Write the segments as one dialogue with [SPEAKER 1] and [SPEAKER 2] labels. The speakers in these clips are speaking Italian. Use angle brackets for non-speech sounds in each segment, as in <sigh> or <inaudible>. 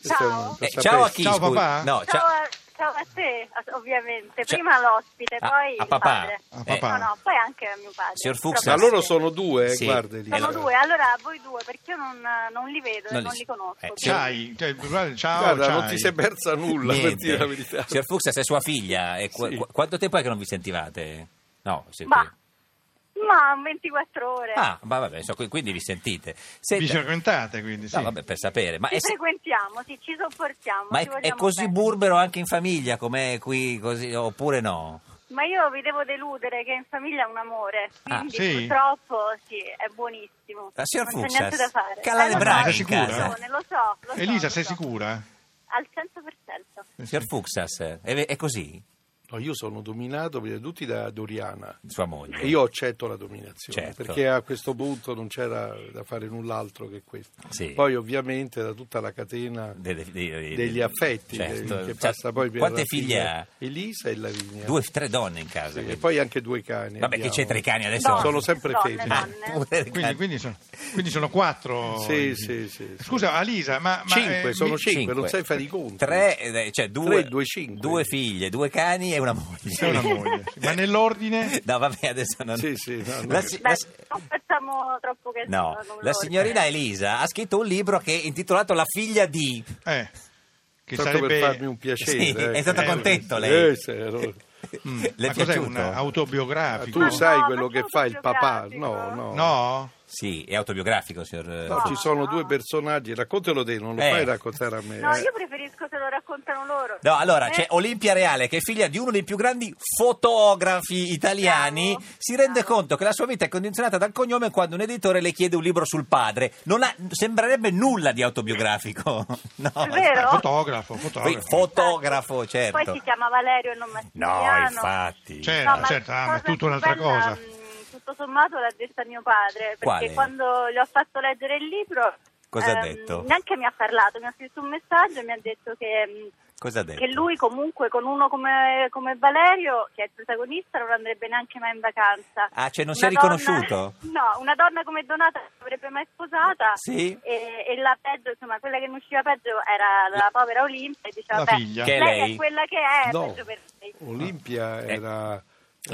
[SPEAKER 1] Questo è un-
[SPEAKER 2] Ciao.
[SPEAKER 1] lo
[SPEAKER 3] eh,
[SPEAKER 1] sapevo.
[SPEAKER 3] ciao a chi?
[SPEAKER 2] Ciao,
[SPEAKER 3] scusi?
[SPEAKER 2] papà.
[SPEAKER 3] No,
[SPEAKER 4] Ciao,
[SPEAKER 3] Oh, ciao-
[SPEAKER 4] a, ciao a te, a- ovviamente.
[SPEAKER 3] Ciao-
[SPEAKER 4] Prima l'ospite,
[SPEAKER 3] a-
[SPEAKER 4] poi
[SPEAKER 3] a
[SPEAKER 4] il
[SPEAKER 3] papà.
[SPEAKER 4] padre.
[SPEAKER 2] A
[SPEAKER 3] Eh,
[SPEAKER 2] papà.
[SPEAKER 4] No, no, poi anche a mio padre.
[SPEAKER 3] Signor Fuchs,
[SPEAKER 1] Ma
[SPEAKER 4] Proprio
[SPEAKER 1] loro
[SPEAKER 4] sì.
[SPEAKER 1] sono due, eh,
[SPEAKER 3] Sì.
[SPEAKER 1] guarda
[SPEAKER 3] Sono
[SPEAKER 1] Elisa.
[SPEAKER 4] Sono due, allora voi due, perché io non, non li vedo e
[SPEAKER 3] Non li-
[SPEAKER 4] non li conosco.
[SPEAKER 3] eh,
[SPEAKER 4] quindi-
[SPEAKER 2] Ciao, cioè, guarda, ciao,
[SPEAKER 1] Guarda, non
[SPEAKER 2] ciao.
[SPEAKER 1] ti sei persa nulla, per dire la verità.
[SPEAKER 3] Niente. Cioè, Signor Fuxas è sua figlia. e qu-
[SPEAKER 1] Sì.
[SPEAKER 3] qu- quanto tempo è che non vi sentivate? No, sì,
[SPEAKER 4] Ma, ma 24 ore.
[SPEAKER 3] Ah, ma vabbè, so, qui- quindi vi sentite. Senta-
[SPEAKER 2] Vi frequentate quindi, sì.
[SPEAKER 3] No, vabbè, per sapere. Ma,
[SPEAKER 4] Ci
[SPEAKER 3] è, se-
[SPEAKER 4] frequentiamo, sì, ci sopportiamo.
[SPEAKER 3] ma
[SPEAKER 4] ci
[SPEAKER 3] è- è
[SPEAKER 4] vogliamo
[SPEAKER 3] così
[SPEAKER 4] bene.
[SPEAKER 3] burbero anche in famiglia come qui, così, oppure no?
[SPEAKER 4] Ma io vi devo deludere che in famiglia è un amore,
[SPEAKER 3] Ah,
[SPEAKER 4] quindi
[SPEAKER 2] sì?
[SPEAKER 4] purtroppo sì, è buonissimo.
[SPEAKER 3] Ma signor
[SPEAKER 4] non c'è
[SPEAKER 3] Fuchs,
[SPEAKER 4] niente da fare.
[SPEAKER 3] cala le
[SPEAKER 4] lo so,
[SPEAKER 2] braccia
[SPEAKER 4] hai
[SPEAKER 2] in casa.
[SPEAKER 4] ragione, Lo so, lo so,
[SPEAKER 2] Elisa,
[SPEAKER 4] lo
[SPEAKER 2] sei
[SPEAKER 4] so.
[SPEAKER 2] sicura?
[SPEAKER 1] Eh.
[SPEAKER 4] Al 100%.
[SPEAKER 3] Signor Fuxas, è, è così
[SPEAKER 1] No, io sono dominato prima di tutti da Doriana.
[SPEAKER 3] sua moglie?
[SPEAKER 1] E io accetto la dominazione
[SPEAKER 3] Certo.
[SPEAKER 1] perché a questo punto non c'era da fare null'altro che questo.
[SPEAKER 3] Sì.
[SPEAKER 1] Poi, ovviamente, da tutta la catena
[SPEAKER 3] De- de- de-
[SPEAKER 1] degli
[SPEAKER 3] de-
[SPEAKER 1] affetti
[SPEAKER 3] certo.
[SPEAKER 1] de- che
[SPEAKER 3] Cioè,
[SPEAKER 1] passa poi per
[SPEAKER 3] Quante
[SPEAKER 1] la
[SPEAKER 3] figlie ha?
[SPEAKER 1] Elisa e Lavinia,
[SPEAKER 3] Due, tre donne in casa.
[SPEAKER 1] Sì, e
[SPEAKER 3] quindi.
[SPEAKER 1] poi anche due cani.
[SPEAKER 3] Vabbè, che
[SPEAKER 1] abbiamo.
[SPEAKER 3] c'entra i cani adesso?
[SPEAKER 4] Donne,
[SPEAKER 1] Sono sempre
[SPEAKER 4] donne,
[SPEAKER 1] femmine.
[SPEAKER 3] Ah,
[SPEAKER 4] donne.
[SPEAKER 3] pure i
[SPEAKER 2] Quindi,
[SPEAKER 3] cani.
[SPEAKER 2] quindi sono, quindi sono quattro.
[SPEAKER 1] Sì, sì, sì, sì.
[SPEAKER 2] Scusa, Alisa, ma... ma,
[SPEAKER 1] Cinque,
[SPEAKER 2] eh,
[SPEAKER 1] sono
[SPEAKER 2] mi-
[SPEAKER 1] cinque, non sai fare i conti.
[SPEAKER 3] Tre, eh, cioè due,
[SPEAKER 1] Tre, due, cinque.
[SPEAKER 3] due figlie, due cani e una moglie.
[SPEAKER 2] sei una moglie. Ma nell'ordine...
[SPEAKER 3] <laughs> No, vabbè, adesso non...
[SPEAKER 1] Sì, sì, no, no.
[SPEAKER 3] La, si- la
[SPEAKER 4] Beh,
[SPEAKER 3] si-
[SPEAKER 4] non facciamo troppo che
[SPEAKER 3] no, la signorina Elisa ha scritto un libro che è intitolato La figlia di...
[SPEAKER 2] Eh, che
[SPEAKER 1] Tanto
[SPEAKER 2] sarebbe...
[SPEAKER 1] per farmi un piacere. ecco.
[SPEAKER 3] Sì, è stato
[SPEAKER 2] contento
[SPEAKER 3] lei.
[SPEAKER 1] Eh, sì, allora.
[SPEAKER 2] Mm,
[SPEAKER 3] <laughs> Le è
[SPEAKER 2] ma cos'è,
[SPEAKER 3] piaciuto?
[SPEAKER 2] un autobiografico?
[SPEAKER 1] Ah, Tu
[SPEAKER 4] No,
[SPEAKER 1] sai
[SPEAKER 4] ma
[SPEAKER 1] quello che
[SPEAKER 4] sono
[SPEAKER 1] fa il papà? No, no.
[SPEAKER 4] autobiografico.
[SPEAKER 2] No?
[SPEAKER 3] Sì, è autobiografico, signor...
[SPEAKER 1] No, ci sono due personaggi, raccontalo te, non lo
[SPEAKER 3] Eh.
[SPEAKER 1] fai raccontare a me.
[SPEAKER 4] No,
[SPEAKER 1] eh.
[SPEAKER 4] io preferisco se lo raccontano loro.
[SPEAKER 3] No, allora
[SPEAKER 4] Eh?
[SPEAKER 3] c'è Olimpia Reale che è figlia di uno dei più grandi fotografi italiani.
[SPEAKER 4] Bravo,
[SPEAKER 3] si rende
[SPEAKER 4] bravo.
[SPEAKER 3] conto che la sua vita è condizionata dal cognome quando un editore le chiede un libro sul padre. Non ha- sembrerebbe nulla di autobiografico. <laughs> No,
[SPEAKER 4] È vero?
[SPEAKER 2] Eh, Fotografo,
[SPEAKER 3] Poi
[SPEAKER 2] fotografo.
[SPEAKER 3] fotografo, certo.
[SPEAKER 4] Poi si chiama Valerio e non
[SPEAKER 3] No,
[SPEAKER 4] Massimiliano.
[SPEAKER 3] infatti.
[SPEAKER 2] Certo.
[SPEAKER 4] No, ma
[SPEAKER 2] certo, ah,
[SPEAKER 4] la
[SPEAKER 2] ma è
[SPEAKER 4] cosa
[SPEAKER 2] tutta un'altra
[SPEAKER 4] più bella,
[SPEAKER 2] cosa.
[SPEAKER 4] mh, Tutto sommato l'ha detta mio padre, perché
[SPEAKER 3] Quale?
[SPEAKER 4] quando gli ho fatto leggere il libro... ehm,
[SPEAKER 3] Cosa ha detto?
[SPEAKER 4] Neanche mi ha parlato, mi ha scritto un messaggio e mi ha detto che... mm, mh,
[SPEAKER 3] Cosa ha detto?
[SPEAKER 4] che lui comunque con uno come, come Valerio, che è il protagonista, non andrebbe neanche mai in vacanza.
[SPEAKER 3] Ah, cioè non si è
[SPEAKER 4] Una donna-
[SPEAKER 3] riconosciuto?
[SPEAKER 4] no, una donna come Donata non avrebbe mai sposata.
[SPEAKER 3] Sì.
[SPEAKER 4] E, e la peggio, insomma, quella che ne usciva peggio era la povera Olimpia e diceva,
[SPEAKER 2] La
[SPEAKER 4] "Beh,
[SPEAKER 2] figlia."
[SPEAKER 3] Che è
[SPEAKER 4] lei,
[SPEAKER 3] lei?
[SPEAKER 4] è quella che è, è
[SPEAKER 1] No. Oh,
[SPEAKER 4] peggio per lei.
[SPEAKER 1] Olimpia
[SPEAKER 3] Eh,
[SPEAKER 1] era
[SPEAKER 3] La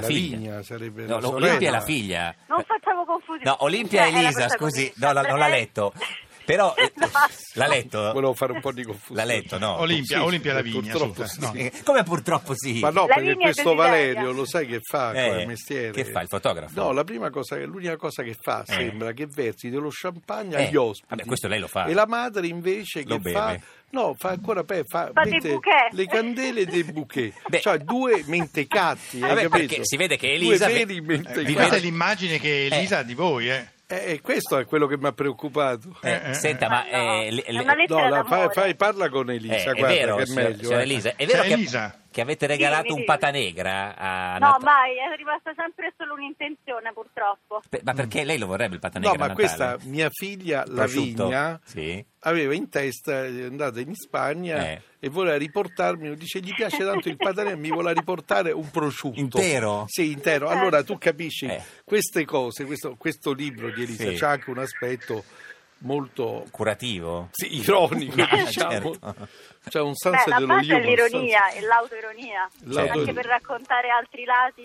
[SPEAKER 1] Lavinia,
[SPEAKER 3] figlia.
[SPEAKER 1] sarebbe
[SPEAKER 3] No,
[SPEAKER 1] la
[SPEAKER 3] no,
[SPEAKER 1] sorella.
[SPEAKER 3] Olimpia è la figlia.
[SPEAKER 4] Non facciamo confusione.
[SPEAKER 3] No, Olimpia e
[SPEAKER 4] Cioè, è la
[SPEAKER 3] Elisa, scusi,
[SPEAKER 4] protagonista.
[SPEAKER 3] no, la- non l'ha letto.
[SPEAKER 4] <laughs>
[SPEAKER 3] Però eh,
[SPEAKER 4] No.
[SPEAKER 3] l'ha letto?
[SPEAKER 1] Volevo fare un po' di confusione.
[SPEAKER 3] L'ha letto, no.
[SPEAKER 2] Olimpia,
[SPEAKER 1] Sì,
[SPEAKER 2] Olimpia
[SPEAKER 1] sì,
[SPEAKER 2] Lavinia,
[SPEAKER 1] purtroppo
[SPEAKER 2] scusa.
[SPEAKER 1] sì.
[SPEAKER 2] No.
[SPEAKER 3] Eh, Come purtroppo sì.
[SPEAKER 1] Ma no,
[SPEAKER 4] La
[SPEAKER 1] perché
[SPEAKER 4] linea
[SPEAKER 1] questo
[SPEAKER 4] desideria.
[SPEAKER 1] Valerio lo sai che fa
[SPEAKER 3] Eh,
[SPEAKER 1] come mestiere?
[SPEAKER 3] che fa, il fotografo?
[SPEAKER 1] No, la prima cosa, che- l'unica cosa che fa
[SPEAKER 3] Eh.
[SPEAKER 1] sembra che versi dello champagne
[SPEAKER 3] Eh,
[SPEAKER 1] agli ospiti.
[SPEAKER 3] vabbè, questo lei lo fa.
[SPEAKER 1] E la madre invece
[SPEAKER 3] Lo
[SPEAKER 1] che fa?
[SPEAKER 3] beve.
[SPEAKER 1] No, fa ancora pe- fa,
[SPEAKER 4] Fa dei
[SPEAKER 1] mette
[SPEAKER 4] bouquet.
[SPEAKER 1] le candele dei bouquet.
[SPEAKER 3] <laughs> Beh.
[SPEAKER 1] Cioè due mentecatti,
[SPEAKER 3] <laughs>
[SPEAKER 1] hai
[SPEAKER 3] Vabbè,
[SPEAKER 1] capito?
[SPEAKER 3] perché si vede che Elisa
[SPEAKER 1] Due
[SPEAKER 3] ve-
[SPEAKER 1] veri
[SPEAKER 2] Eh,
[SPEAKER 3] vi
[SPEAKER 2] questa
[SPEAKER 3] vede-
[SPEAKER 2] è
[SPEAKER 1] mentecatti.
[SPEAKER 2] l'immagine che Elisa ha di voi, eh.
[SPEAKER 1] Eh, questo è quello che mi ha preoccupato.
[SPEAKER 3] Eh,
[SPEAKER 2] eh,
[SPEAKER 3] senta,
[SPEAKER 4] Ma
[SPEAKER 3] ma...
[SPEAKER 4] no,
[SPEAKER 3] eh, le-
[SPEAKER 4] è
[SPEAKER 3] le-
[SPEAKER 4] una lettera
[SPEAKER 1] No, la- fai,
[SPEAKER 4] d'amore.
[SPEAKER 1] fai- parla con Elisa,
[SPEAKER 3] Eh,
[SPEAKER 1] guarda
[SPEAKER 3] è vero,
[SPEAKER 1] che è
[SPEAKER 3] signora-
[SPEAKER 1] meglio.
[SPEAKER 3] signora
[SPEAKER 1] eh.
[SPEAKER 3] Elisa, è vero
[SPEAKER 2] Cioè,
[SPEAKER 3] che,
[SPEAKER 2] Elisa.
[SPEAKER 3] che avete regalato
[SPEAKER 4] Dimmi,
[SPEAKER 3] un
[SPEAKER 4] dimmi.
[SPEAKER 3] patanegra
[SPEAKER 4] No,
[SPEAKER 3] a Natale.
[SPEAKER 4] mai, è rimasta sempre solo un'intenzione, purtroppo.
[SPEAKER 3] Pe- Ma perché lei lo vorrebbe il
[SPEAKER 1] Mm.
[SPEAKER 3] patanegra
[SPEAKER 1] No, ma
[SPEAKER 3] a Natale?
[SPEAKER 1] questa mia figlia
[SPEAKER 3] Prosciutto.
[SPEAKER 1] Lavinia
[SPEAKER 3] Sì.
[SPEAKER 1] aveva in testa, è andata in Spagna
[SPEAKER 3] Eh.
[SPEAKER 1] e voleva riportarmi, dice gli piace tanto il padrone, mi voleva riportare un prosciutto.
[SPEAKER 3] Intero?
[SPEAKER 1] Sì, intero. Allora tu capisci
[SPEAKER 3] Eh.
[SPEAKER 1] queste cose, questo, questo libro di Elisa
[SPEAKER 3] Sì.
[SPEAKER 1] c'ha anche un aspetto molto
[SPEAKER 3] Curativo?
[SPEAKER 1] sì,
[SPEAKER 3] <laughs>
[SPEAKER 1] ironico,
[SPEAKER 3] Ah,
[SPEAKER 1] diciamo.
[SPEAKER 3] certo.
[SPEAKER 1] C'è un
[SPEAKER 4] Beh,
[SPEAKER 1] senso
[SPEAKER 4] la
[SPEAKER 1] dello
[SPEAKER 4] base
[SPEAKER 1] humor,
[SPEAKER 4] è l'ironia e l'autoironia,
[SPEAKER 1] L'autoironia.
[SPEAKER 4] anche per raccontare altri lati.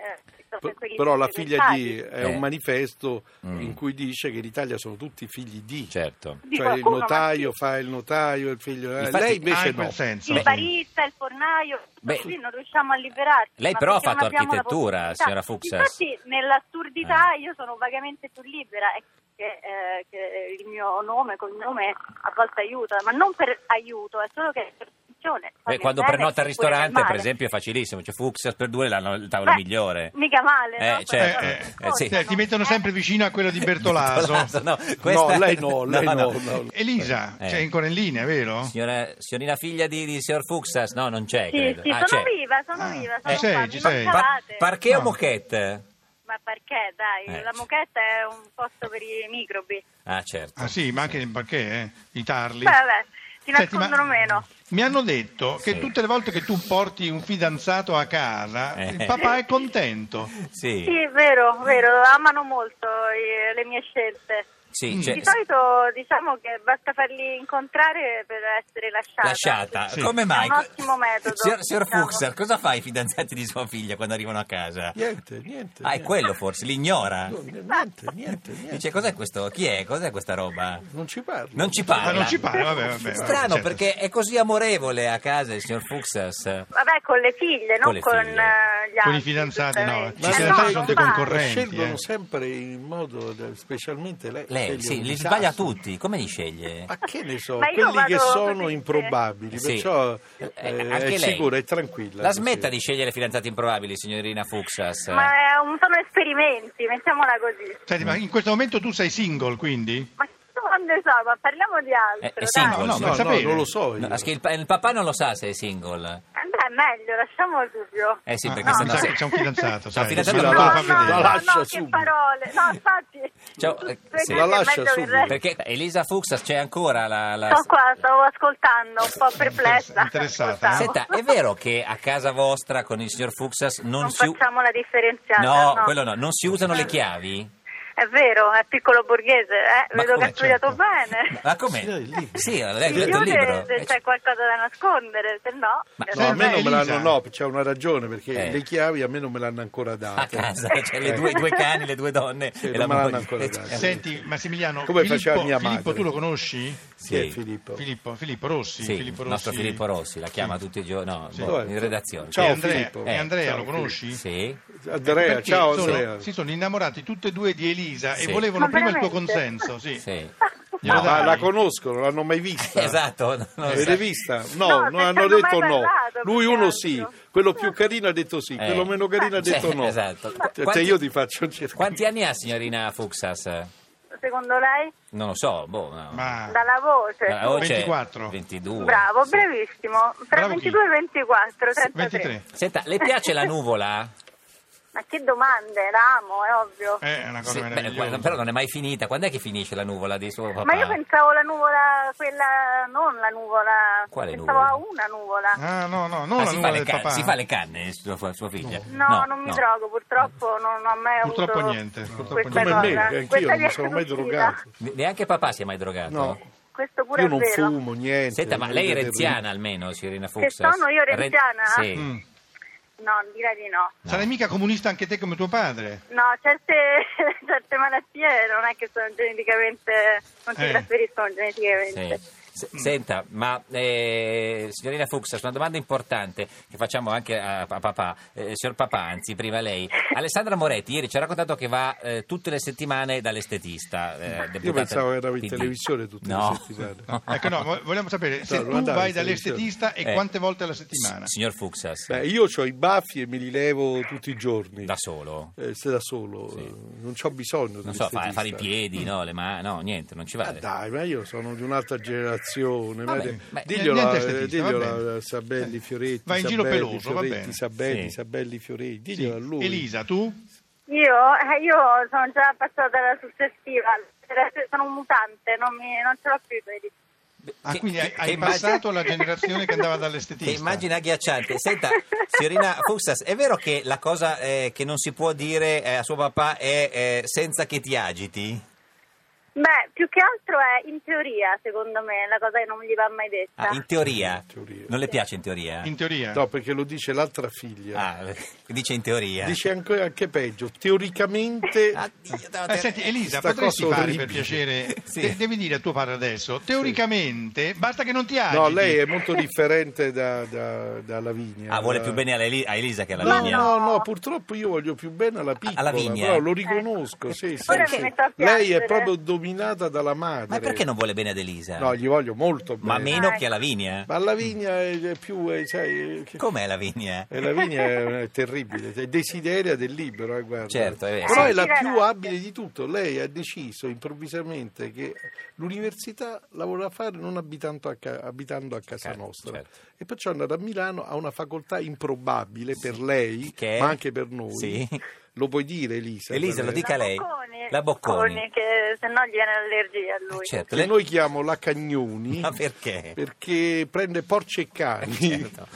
[SPEAKER 4] eh, rispetto a
[SPEAKER 1] P-
[SPEAKER 4] quelli
[SPEAKER 1] però la
[SPEAKER 4] più
[SPEAKER 1] figlia di
[SPEAKER 4] pensati.
[SPEAKER 1] è
[SPEAKER 3] Eh.
[SPEAKER 1] un manifesto
[SPEAKER 3] Mm.
[SPEAKER 1] in cui dice che l'Italia sono tutti figli di
[SPEAKER 3] Certo.
[SPEAKER 4] Di
[SPEAKER 1] cioè il
[SPEAKER 4] qualcuno,
[SPEAKER 1] notaio fa il notaio il figlio eh,
[SPEAKER 3] Infatti-
[SPEAKER 1] lei
[SPEAKER 2] Ah,
[SPEAKER 1] invece
[SPEAKER 2] in quel
[SPEAKER 1] no
[SPEAKER 2] senso.
[SPEAKER 4] Il barista, il fornaio,
[SPEAKER 3] Beh,
[SPEAKER 4] così non riusciamo a liberarci.
[SPEAKER 3] lei
[SPEAKER 4] ma
[SPEAKER 3] però ha
[SPEAKER 4] perché non
[SPEAKER 3] fatto
[SPEAKER 4] abbiamo la
[SPEAKER 3] architettura,
[SPEAKER 4] possibilità.
[SPEAKER 3] signora Ah. Fuxas.
[SPEAKER 4] Infatti, nell'assurdità io sono vagamente più libera. È che, eh, che il mio nome, cognome a volte aiuta, ma non per Cioè, aiuto, è solo che per disposizione.
[SPEAKER 3] Beh,
[SPEAKER 4] Fammi
[SPEAKER 3] quando
[SPEAKER 4] bene,
[SPEAKER 3] prenota al
[SPEAKER 4] oppure nel
[SPEAKER 3] ristorante, per
[SPEAKER 4] male.
[SPEAKER 3] esempio, è facilissimo. C'è Fuxas per due, l'hanno il tavolo
[SPEAKER 4] Beh,
[SPEAKER 3] migliore.
[SPEAKER 4] Mica male,
[SPEAKER 3] Eh,
[SPEAKER 4] no?
[SPEAKER 3] certo.
[SPEAKER 4] Però-
[SPEAKER 2] Eh, eh,
[SPEAKER 3] eh, sì.
[SPEAKER 2] Cioè, ti mettono sempre vicino
[SPEAKER 1] <laughs>
[SPEAKER 2] a quello di Bertolaso.
[SPEAKER 3] Bertolaso, no, questa-
[SPEAKER 1] lei
[SPEAKER 3] <laughs>
[SPEAKER 1] no, lei no, no.
[SPEAKER 2] Elisa,
[SPEAKER 3] Eh.
[SPEAKER 2] c'è ancora in linea, vero?
[SPEAKER 3] Signora, signorina figlia di, di signor Fuxas? No, non c'è,
[SPEAKER 4] Sì,
[SPEAKER 3] credo.
[SPEAKER 4] sì,
[SPEAKER 3] Ah,
[SPEAKER 4] sono
[SPEAKER 3] c'è.
[SPEAKER 4] viva, sono
[SPEAKER 2] Ah,
[SPEAKER 4] viva,
[SPEAKER 2] ci
[SPEAKER 4] sono
[SPEAKER 2] sei,
[SPEAKER 4] qua,
[SPEAKER 2] ci
[SPEAKER 4] mi
[SPEAKER 2] sei.
[SPEAKER 3] Par-
[SPEAKER 4] mancavate.
[SPEAKER 3] parquet o
[SPEAKER 2] No.
[SPEAKER 3] moquette?
[SPEAKER 4] Ma perché, dai,
[SPEAKER 3] Eh,
[SPEAKER 4] la
[SPEAKER 3] sì.
[SPEAKER 4] moquette è un posto per i microbi.
[SPEAKER 3] Ah, certo.
[SPEAKER 2] Ah sì, ma anche perché eh? i tarli.
[SPEAKER 4] Beh, vabbè, ti
[SPEAKER 2] Senti,
[SPEAKER 4] nascondono
[SPEAKER 2] ma-
[SPEAKER 4] meno.
[SPEAKER 2] Mi hanno detto che
[SPEAKER 3] Sì.
[SPEAKER 2] tutte le volte che tu porti un fidanzato a casa,
[SPEAKER 3] Eh.
[SPEAKER 2] il papà è contento.
[SPEAKER 3] Sì,
[SPEAKER 4] Sì, è vero, vero, amano molto eh, le mie scelte.
[SPEAKER 3] sì, cioè,
[SPEAKER 4] Di solito diciamo che basta farli incontrare per essere lasciata.
[SPEAKER 3] lasciata.
[SPEAKER 2] Sì.
[SPEAKER 3] Come mai?
[SPEAKER 4] È un ottimo metodo.
[SPEAKER 3] Signor, signor
[SPEAKER 4] diciamo.
[SPEAKER 3] Fuxas, cosa fa i fidanzati di sua figlia quando arrivano a casa?
[SPEAKER 1] Niente, niente.
[SPEAKER 3] Ah, è quello forse, l'ignora.
[SPEAKER 1] niente, niente, niente, niente.
[SPEAKER 3] Dice, cos'è questo? Chi è? Cos'è questa roba?
[SPEAKER 1] Non ci parlo.
[SPEAKER 3] Non ci
[SPEAKER 2] Ma
[SPEAKER 3] parla.
[SPEAKER 2] non ci parla, vabbè, vabbè. vabbè,
[SPEAKER 3] Strano
[SPEAKER 2] certo.
[SPEAKER 3] perché è così amorevole a casa il signor Fuxas.
[SPEAKER 4] Vabbè, con le figlie,
[SPEAKER 3] Con
[SPEAKER 4] non
[SPEAKER 3] le
[SPEAKER 4] con,
[SPEAKER 3] figlie.
[SPEAKER 4] eh, gli altri.
[SPEAKER 2] Con i fidanzati, no,
[SPEAKER 4] giustamente.
[SPEAKER 2] i
[SPEAKER 4] Eh
[SPEAKER 2] fidanzati
[SPEAKER 4] no,
[SPEAKER 2] sono
[SPEAKER 4] non
[SPEAKER 2] dei
[SPEAKER 4] fa.
[SPEAKER 2] concorrenti,
[SPEAKER 1] Scelgono
[SPEAKER 2] eh.
[SPEAKER 1] sempre in modo, de- specialmente lei.
[SPEAKER 3] Lei,
[SPEAKER 1] sceglie
[SPEAKER 3] sì,
[SPEAKER 1] un
[SPEAKER 3] li
[SPEAKER 1] disastro.
[SPEAKER 3] sbaglia tutti. Come li sceglie?
[SPEAKER 1] Ma che ne so,
[SPEAKER 4] Ma io
[SPEAKER 1] quelli che
[SPEAKER 4] vado
[SPEAKER 1] sono
[SPEAKER 4] così,
[SPEAKER 1] improbabili,
[SPEAKER 3] Sì.
[SPEAKER 1] perciò
[SPEAKER 3] Eh,
[SPEAKER 1] eh,
[SPEAKER 3] anche
[SPEAKER 1] è
[SPEAKER 3] lei.
[SPEAKER 1] sicura, è tranquilla.
[SPEAKER 3] La
[SPEAKER 1] così.
[SPEAKER 3] smetta di scegliere fidanzati improbabili, signorina Fuxas.
[SPEAKER 4] Ma è un- sono esperimenti, mettiamola così.
[SPEAKER 2] Senti, ma in questo momento tu sei single, quindi?
[SPEAKER 4] Ma quando so, ma parliamo di altro.
[SPEAKER 3] Eh,
[SPEAKER 4] dai.
[SPEAKER 3] è single,
[SPEAKER 2] No,
[SPEAKER 1] No,
[SPEAKER 2] sì.
[SPEAKER 1] no,
[SPEAKER 2] per sapere.
[SPEAKER 1] non lo so.
[SPEAKER 3] No,
[SPEAKER 1] Io.
[SPEAKER 3] perché il, pa- il papà non lo sa se è single.
[SPEAKER 4] Eh, beh, meglio, lasciamo il dubbio.
[SPEAKER 3] Eh sì,
[SPEAKER 2] Ah,
[SPEAKER 3] perché
[SPEAKER 2] ah,
[SPEAKER 3] se
[SPEAKER 2] mi
[SPEAKER 3] no...
[SPEAKER 2] sa
[SPEAKER 3] se-
[SPEAKER 2] che c'è un
[SPEAKER 3] <laughs>
[SPEAKER 2] fidanzato, sai.
[SPEAKER 3] fidanzato
[SPEAKER 2] Sì,
[SPEAKER 3] no,
[SPEAKER 2] la
[SPEAKER 3] no,
[SPEAKER 2] fa
[SPEAKER 4] no,
[SPEAKER 2] vedere.
[SPEAKER 1] La lascia
[SPEAKER 4] no, che
[SPEAKER 1] subito.
[SPEAKER 4] parole. No, infatti.
[SPEAKER 3] Ciao, eh, sì.
[SPEAKER 4] Vedete,
[SPEAKER 1] La lascia
[SPEAKER 4] è meglio che
[SPEAKER 1] subito.
[SPEAKER 4] il resto.
[SPEAKER 3] Perché Elisa Fuxas c'è ancora la... la-
[SPEAKER 4] Sto qua, stavo ascoltando, un po' perplessa.
[SPEAKER 2] Interessata, eh?
[SPEAKER 3] Senta, è vero che a casa vostra con il signor Fuxas non,
[SPEAKER 4] Non
[SPEAKER 3] si... u-
[SPEAKER 4] facciamo la differenziata.
[SPEAKER 3] No, quello no, non si usano le chiavi?
[SPEAKER 4] È vero, è piccolo borghese, eh?
[SPEAKER 3] Ma
[SPEAKER 4] vedo che
[SPEAKER 3] come,
[SPEAKER 4] ha studiato
[SPEAKER 2] certo.
[SPEAKER 4] bene.
[SPEAKER 3] Ma
[SPEAKER 1] Sì, il
[SPEAKER 3] come?
[SPEAKER 1] libro.
[SPEAKER 3] Sì, ho
[SPEAKER 4] Il
[SPEAKER 3] letto il
[SPEAKER 4] chiude
[SPEAKER 3] libro.
[SPEAKER 4] se
[SPEAKER 3] Eh,
[SPEAKER 4] c'è qualcosa da nascondere, se no...
[SPEAKER 3] Ma-
[SPEAKER 4] eh,
[SPEAKER 1] No, a me
[SPEAKER 2] Eh,
[SPEAKER 1] non me
[SPEAKER 2] Elisa.
[SPEAKER 1] l'hanno, no, c'è una ragione perché
[SPEAKER 3] Eh.
[SPEAKER 1] le chiavi a me non me l'hanno ancora date.
[SPEAKER 3] a casa, cioè le
[SPEAKER 1] Eh.
[SPEAKER 3] due, i due cani, le due donne
[SPEAKER 1] Sì,
[SPEAKER 3] e
[SPEAKER 1] non
[SPEAKER 3] la
[SPEAKER 1] me l'hanno
[SPEAKER 3] moglie.
[SPEAKER 1] ancora
[SPEAKER 3] Eh,
[SPEAKER 1] data.
[SPEAKER 3] cioè,
[SPEAKER 2] Senti, ma Massimiliano,
[SPEAKER 1] Come
[SPEAKER 2] Filippo,
[SPEAKER 1] faceva mia madre.
[SPEAKER 2] Filippo, tu lo conosci?
[SPEAKER 1] Chi è
[SPEAKER 3] sì.
[SPEAKER 1] Filippo?
[SPEAKER 2] Filippo, Filippo Rossi?
[SPEAKER 3] Sì,
[SPEAKER 2] Filippo
[SPEAKER 3] il nostro
[SPEAKER 2] Rossi.
[SPEAKER 3] Filippo Rossi la chiama tutti i giorni, no,
[SPEAKER 2] Sì.
[SPEAKER 3] boh, in redazione.
[SPEAKER 2] E
[SPEAKER 1] Ciao,
[SPEAKER 2] Andrea,
[SPEAKER 1] Filippo.
[SPEAKER 2] e Andrea
[SPEAKER 1] Ciao,
[SPEAKER 2] lo
[SPEAKER 1] Filippo.
[SPEAKER 2] conosci?
[SPEAKER 3] Sì.
[SPEAKER 1] Andrea,
[SPEAKER 2] Perché
[SPEAKER 3] Eh,
[SPEAKER 1] ciao
[SPEAKER 2] sono-
[SPEAKER 1] Andrea.
[SPEAKER 2] si sono innamorati tutte e due di Elisa
[SPEAKER 3] Sì.
[SPEAKER 2] e volevano
[SPEAKER 4] Ma
[SPEAKER 2] prima il tuo
[SPEAKER 4] veramente?
[SPEAKER 2] consenso. Sì.
[SPEAKER 3] Sì.
[SPEAKER 2] Glielo
[SPEAKER 1] No, ma
[SPEAKER 2] dai?
[SPEAKER 1] la conoscono, l'hanno mai vista?
[SPEAKER 3] Esatto, non lo
[SPEAKER 1] L'avete
[SPEAKER 3] so.
[SPEAKER 1] vista?
[SPEAKER 4] No,
[SPEAKER 1] No,
[SPEAKER 4] se
[SPEAKER 1] non hanno
[SPEAKER 4] ci hanno
[SPEAKER 1] detto
[SPEAKER 4] mai
[SPEAKER 1] no.
[SPEAKER 4] parlato,
[SPEAKER 1] Lui
[SPEAKER 4] più che
[SPEAKER 1] uno
[SPEAKER 4] altro.
[SPEAKER 1] sì, quello più carino ha detto sì,
[SPEAKER 3] Eh.
[SPEAKER 1] quello meno carino ha detto
[SPEAKER 3] Cioè,
[SPEAKER 1] no.
[SPEAKER 3] esatto.
[SPEAKER 1] Te- te
[SPEAKER 3] Quanti-
[SPEAKER 1] io ti faccio cercare.
[SPEAKER 3] Quanti anni ha signorina Fuxas?
[SPEAKER 4] Secondo lei?
[SPEAKER 3] Non lo so, boh. no.
[SPEAKER 2] Ma
[SPEAKER 4] Dalla voce.
[SPEAKER 3] Ah, o c'è
[SPEAKER 2] 24.
[SPEAKER 3] 22.
[SPEAKER 4] Bravo, brevissimo. Tra
[SPEAKER 2] Bravo chi?
[SPEAKER 4] 22 e 24, 33.
[SPEAKER 2] 23.
[SPEAKER 3] Senta, le piace
[SPEAKER 2] <laughs>
[SPEAKER 3] la nuvola?
[SPEAKER 4] Ma che domande, l'amo, è ovvio.
[SPEAKER 2] Eh, È una cosa
[SPEAKER 3] Sì, beh,
[SPEAKER 2] meravigliosa.
[SPEAKER 3] guarda, però non è mai finita. Quando è che finisce la nuvola di suo papà?
[SPEAKER 4] Ma io pensavo la nuvola, quella, non la nuvola,
[SPEAKER 3] Quale
[SPEAKER 4] pensavo
[SPEAKER 3] nuvola?
[SPEAKER 4] a una nuvola.
[SPEAKER 2] Ah, no, no, non
[SPEAKER 3] Ah,
[SPEAKER 2] la
[SPEAKER 3] si,
[SPEAKER 2] nuvola
[SPEAKER 3] fa le
[SPEAKER 2] del
[SPEAKER 3] ca-
[SPEAKER 2] papà.
[SPEAKER 3] si fa le canne eh, sua, sua figlia?
[SPEAKER 4] No, non mi drogo, purtroppo non ho mai
[SPEAKER 2] Purtroppo
[SPEAKER 4] avuto
[SPEAKER 2] niente, purtroppo
[SPEAKER 4] questa
[SPEAKER 1] Come
[SPEAKER 2] Guarda,
[SPEAKER 1] me,
[SPEAKER 4] cosa.
[SPEAKER 1] che anch'io
[SPEAKER 4] Questa
[SPEAKER 1] non
[SPEAKER 4] mi
[SPEAKER 1] mi
[SPEAKER 4] è
[SPEAKER 1] sono mai
[SPEAKER 4] sfuggita.
[SPEAKER 1] drogato.
[SPEAKER 3] Ne- Neanche papà si è mai drogato?
[SPEAKER 1] No,
[SPEAKER 4] Questo pure
[SPEAKER 1] io
[SPEAKER 4] è
[SPEAKER 1] non
[SPEAKER 4] vero.
[SPEAKER 1] fumo niente. eh,
[SPEAKER 3] Senta, ma
[SPEAKER 1] non
[SPEAKER 3] lei è
[SPEAKER 1] vedete-
[SPEAKER 3] renziana almeno, signorina Fuxas?
[SPEAKER 4] sono io renziana?
[SPEAKER 3] Sì.
[SPEAKER 2] Mm.
[SPEAKER 4] No, direi di no.
[SPEAKER 2] Sarai mica comunista anche te come tuo padre?
[SPEAKER 4] No, certe, <laughs> certe malattie non è che sono geneticamente, non si
[SPEAKER 2] Eh.
[SPEAKER 4] trasferiscono geneticamente.
[SPEAKER 3] Sì. S- Senta, ma eh, signorina Fuxas, una domanda importante che facciamo anche a, a papà, eh, signor papà, anzi prima
[SPEAKER 1] <laughs>
[SPEAKER 3] lei. Alessandra Moretti ieri ci ha raccontato che va eh, tutte le settimane dall'estetista. eh, deputata
[SPEAKER 1] pensavo che era in
[SPEAKER 3] PD.
[SPEAKER 1] televisione tutte le
[SPEAKER 3] <laughs>
[SPEAKER 1] settimane.
[SPEAKER 3] No.
[SPEAKER 2] Ecco, no, vo- vogliamo sapere se
[SPEAKER 1] No,
[SPEAKER 2] tu
[SPEAKER 1] guardate,
[SPEAKER 2] vai
[SPEAKER 1] stai
[SPEAKER 2] dall'estetista e
[SPEAKER 3] Eh.
[SPEAKER 2] quante volte alla settimana.
[SPEAKER 3] S- Signor Fuxas,
[SPEAKER 1] Beh, io ho i baffi e me li levo tutti i giorni.
[SPEAKER 3] cioè. da solo.
[SPEAKER 1] Eh, se da solo, eh, non ho bisogno di
[SPEAKER 3] Non so, fa- fare i piedi, no, le mani, no, niente, non ci
[SPEAKER 1] Ah,
[SPEAKER 3] vale.
[SPEAKER 1] dai, ma io sono di un'altra generazione. ma
[SPEAKER 3] Vabbè,
[SPEAKER 1] de-
[SPEAKER 3] beh,
[SPEAKER 1] diglielo
[SPEAKER 2] niente
[SPEAKER 1] a-
[SPEAKER 2] estetista, va
[SPEAKER 1] diglielo
[SPEAKER 2] bene.
[SPEAKER 1] a Sabelli Fioretti.
[SPEAKER 2] Vai in giro
[SPEAKER 1] Sabelli,
[SPEAKER 2] peloso, va
[SPEAKER 1] Fioretti,
[SPEAKER 2] bene.
[SPEAKER 1] Sabelli,
[SPEAKER 3] Sì.
[SPEAKER 1] Sabelli Fioretti.
[SPEAKER 2] Sì.
[SPEAKER 1] Diglielo a lui.
[SPEAKER 2] Elisa, tu?
[SPEAKER 4] Io, eh, io sono già passata alla successiva, cioè, sono un mutante, non, mi, non ce l'ho più i peli.
[SPEAKER 2] Ah,
[SPEAKER 3] Che-
[SPEAKER 2] quindi hai,
[SPEAKER 3] che-
[SPEAKER 2] hai
[SPEAKER 3] che immagine-
[SPEAKER 2] passato la generazione che andava
[SPEAKER 3] Che
[SPEAKER 2] dall'estetista.
[SPEAKER 3] immagine agghiacciante. Senta, signorina
[SPEAKER 1] <laughs>
[SPEAKER 3] Fuxas, è vero che la cosa eh, che non si può dire eh, a suo papà è eh, senza che ti agiti?
[SPEAKER 4] Beh, più che altro è in teoria, secondo me, la cosa che non gli va mai detta.
[SPEAKER 3] Ah, in teoria.
[SPEAKER 1] Esatto. In teoria.
[SPEAKER 3] Non le piace in teoria?
[SPEAKER 2] In teoria.
[SPEAKER 1] No, perché lo dice l'altra figlia.
[SPEAKER 3] Ah, <laughs> eh. dice in teoria.
[SPEAKER 1] Dice anche, anche peggio. Teoricamente,
[SPEAKER 3] Addio, no,
[SPEAKER 2] Eh,
[SPEAKER 3] Ah, te-
[SPEAKER 2] senti, Elisa,
[SPEAKER 1] Sta
[SPEAKER 2] potresti
[SPEAKER 1] cosa
[SPEAKER 2] fare
[SPEAKER 1] orribile.
[SPEAKER 2] per
[SPEAKER 1] <laughs>
[SPEAKER 2] piacere?
[SPEAKER 3] Sì.
[SPEAKER 2] de- devi dire a tuo padre adesso, teoricamente, basta che non ti agiti.
[SPEAKER 1] no, lei è molto differente da, da, da Lavinia.
[SPEAKER 3] Ah, vuole
[SPEAKER 1] Da-
[SPEAKER 3] più bene alla Eli- a Elisa che alla
[SPEAKER 1] eh. No,
[SPEAKER 3] Vigna.
[SPEAKER 1] no, no, purtroppo io voglio più bene alla piccola,
[SPEAKER 3] Vigna?
[SPEAKER 1] però lo riconosco, sì, sì,
[SPEAKER 4] Ora
[SPEAKER 1] sì.
[SPEAKER 4] mi metto a
[SPEAKER 1] Lei è
[SPEAKER 4] piangere.
[SPEAKER 1] proprio nominata dalla madre.
[SPEAKER 3] Ma perché non vuole bene ad Elisa?
[SPEAKER 1] No, gli voglio molto bene.
[SPEAKER 3] Ma meno
[SPEAKER 4] Dai.
[SPEAKER 3] che a Lavinia?
[SPEAKER 1] Ma Lavinia è è più... È, sai, che- Eh.
[SPEAKER 3] Com'è Lavinia?
[SPEAKER 1] e Lavinia è, è terribile, è desideria del libero, eh, guarda.
[SPEAKER 3] Certo, è vero.
[SPEAKER 1] Però
[SPEAKER 4] Sì.
[SPEAKER 1] è la
[SPEAKER 4] Grazie.
[SPEAKER 1] più abile di tutto. Lei ha deciso improvvisamente che l'università la voleva fare non abitando a, ca- abitando a casa
[SPEAKER 3] Certo,
[SPEAKER 1] nostra.
[SPEAKER 3] certo.
[SPEAKER 1] E perciò è andata a Milano a una facoltà improbabile per lei,
[SPEAKER 3] Che è?
[SPEAKER 1] ma anche per noi.
[SPEAKER 3] Sì.
[SPEAKER 1] Lo puoi dire, Elisa?
[SPEAKER 3] Elisa, lo
[SPEAKER 1] per-
[SPEAKER 3] dica lei.
[SPEAKER 4] Bocconi.
[SPEAKER 3] La Bocconi.
[SPEAKER 4] che se no gli viene l'allergia a lui.
[SPEAKER 3] Eh, certo,
[SPEAKER 1] Che
[SPEAKER 3] lei-
[SPEAKER 1] noi chiamo la Cagnoni.
[SPEAKER 3] Ma perché?
[SPEAKER 1] Eh. Perché prende porci e cani.
[SPEAKER 3] Certo.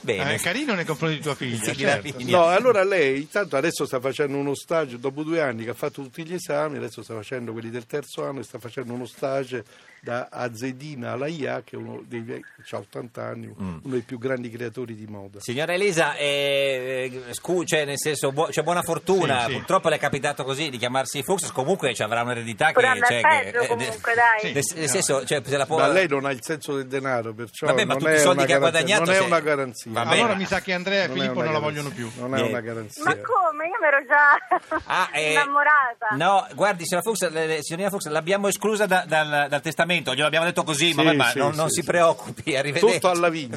[SPEAKER 3] Bene.
[SPEAKER 2] Eh, carino nei confronti di tua figlia.
[SPEAKER 3] Sì, di
[SPEAKER 2] certo.
[SPEAKER 3] Lavinia.
[SPEAKER 1] No, allora lei intanto adesso sta facendo uno stage, dopo due anni che ha fatto tutti gli esami, adesso sta facendo quelli del terzo anno e sta facendo uno stage da Azedina Alaia, che è uno dei vie- ha 80 anni,
[SPEAKER 3] Mm.
[SPEAKER 1] uno dei più grandi creatori di moda.
[SPEAKER 3] Signora Elisa, eh, eh, scu- cioè, nel senso, buo- cioè, buona fortuna.
[SPEAKER 2] Sì, sì.
[SPEAKER 3] Purtroppo le è capitato così di chiamarsi Fuchs. Comunque ci avrà un'eredità
[SPEAKER 4] Pure
[SPEAKER 3] che.
[SPEAKER 4] andare
[SPEAKER 3] cioè, che-
[SPEAKER 4] peggio
[SPEAKER 3] eh,
[SPEAKER 4] comunque,
[SPEAKER 3] nel-
[SPEAKER 4] dai.
[SPEAKER 2] sì.
[SPEAKER 3] Nel nel senso, cioè, se la può.
[SPEAKER 1] Ma lei non ha il senso del denaro, perciò
[SPEAKER 3] Vabbè, ma
[SPEAKER 1] non,
[SPEAKER 3] tutti i
[SPEAKER 1] è
[SPEAKER 3] soldi
[SPEAKER 1] una
[SPEAKER 3] che ha
[SPEAKER 1] garanzia-
[SPEAKER 3] guadagnato,
[SPEAKER 1] non è
[SPEAKER 3] se-
[SPEAKER 1] una garanzia.
[SPEAKER 3] Va bene.
[SPEAKER 2] Allora mi sa che Andrea e
[SPEAKER 1] Non è
[SPEAKER 2] Filippo
[SPEAKER 1] una
[SPEAKER 2] non la
[SPEAKER 1] garanzia.
[SPEAKER 2] vogliono più.
[SPEAKER 1] Non è una
[SPEAKER 3] Niente.
[SPEAKER 1] garanzia.
[SPEAKER 4] Ma come? Io mi ero già
[SPEAKER 3] Ah, eh,
[SPEAKER 4] innamorata.
[SPEAKER 3] No, guardi, signora Fuchs, le- le- signorina Fuchs, l'abbiamo esclusa da- dal, dal testamento, glielo abbiamo detto così,
[SPEAKER 1] Sì,
[SPEAKER 3] ma, vabbè, ma
[SPEAKER 1] sì,
[SPEAKER 3] non,
[SPEAKER 1] sì,
[SPEAKER 3] non
[SPEAKER 1] sì.
[SPEAKER 3] si preoccupi, arrivederci.
[SPEAKER 1] Tutto alla vigna.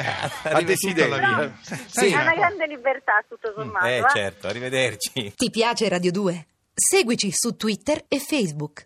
[SPEAKER 1] Eh,
[SPEAKER 3] Sì.
[SPEAKER 1] A desiderio.
[SPEAKER 2] Alla
[SPEAKER 4] Però
[SPEAKER 2] fine.
[SPEAKER 3] Sì.
[SPEAKER 4] è una grande libertà tutto sommato.
[SPEAKER 3] Eh,
[SPEAKER 4] va?
[SPEAKER 3] certo, arrivederci.
[SPEAKER 5] Ti piace Radio 2? Seguici su Twitter e Facebook.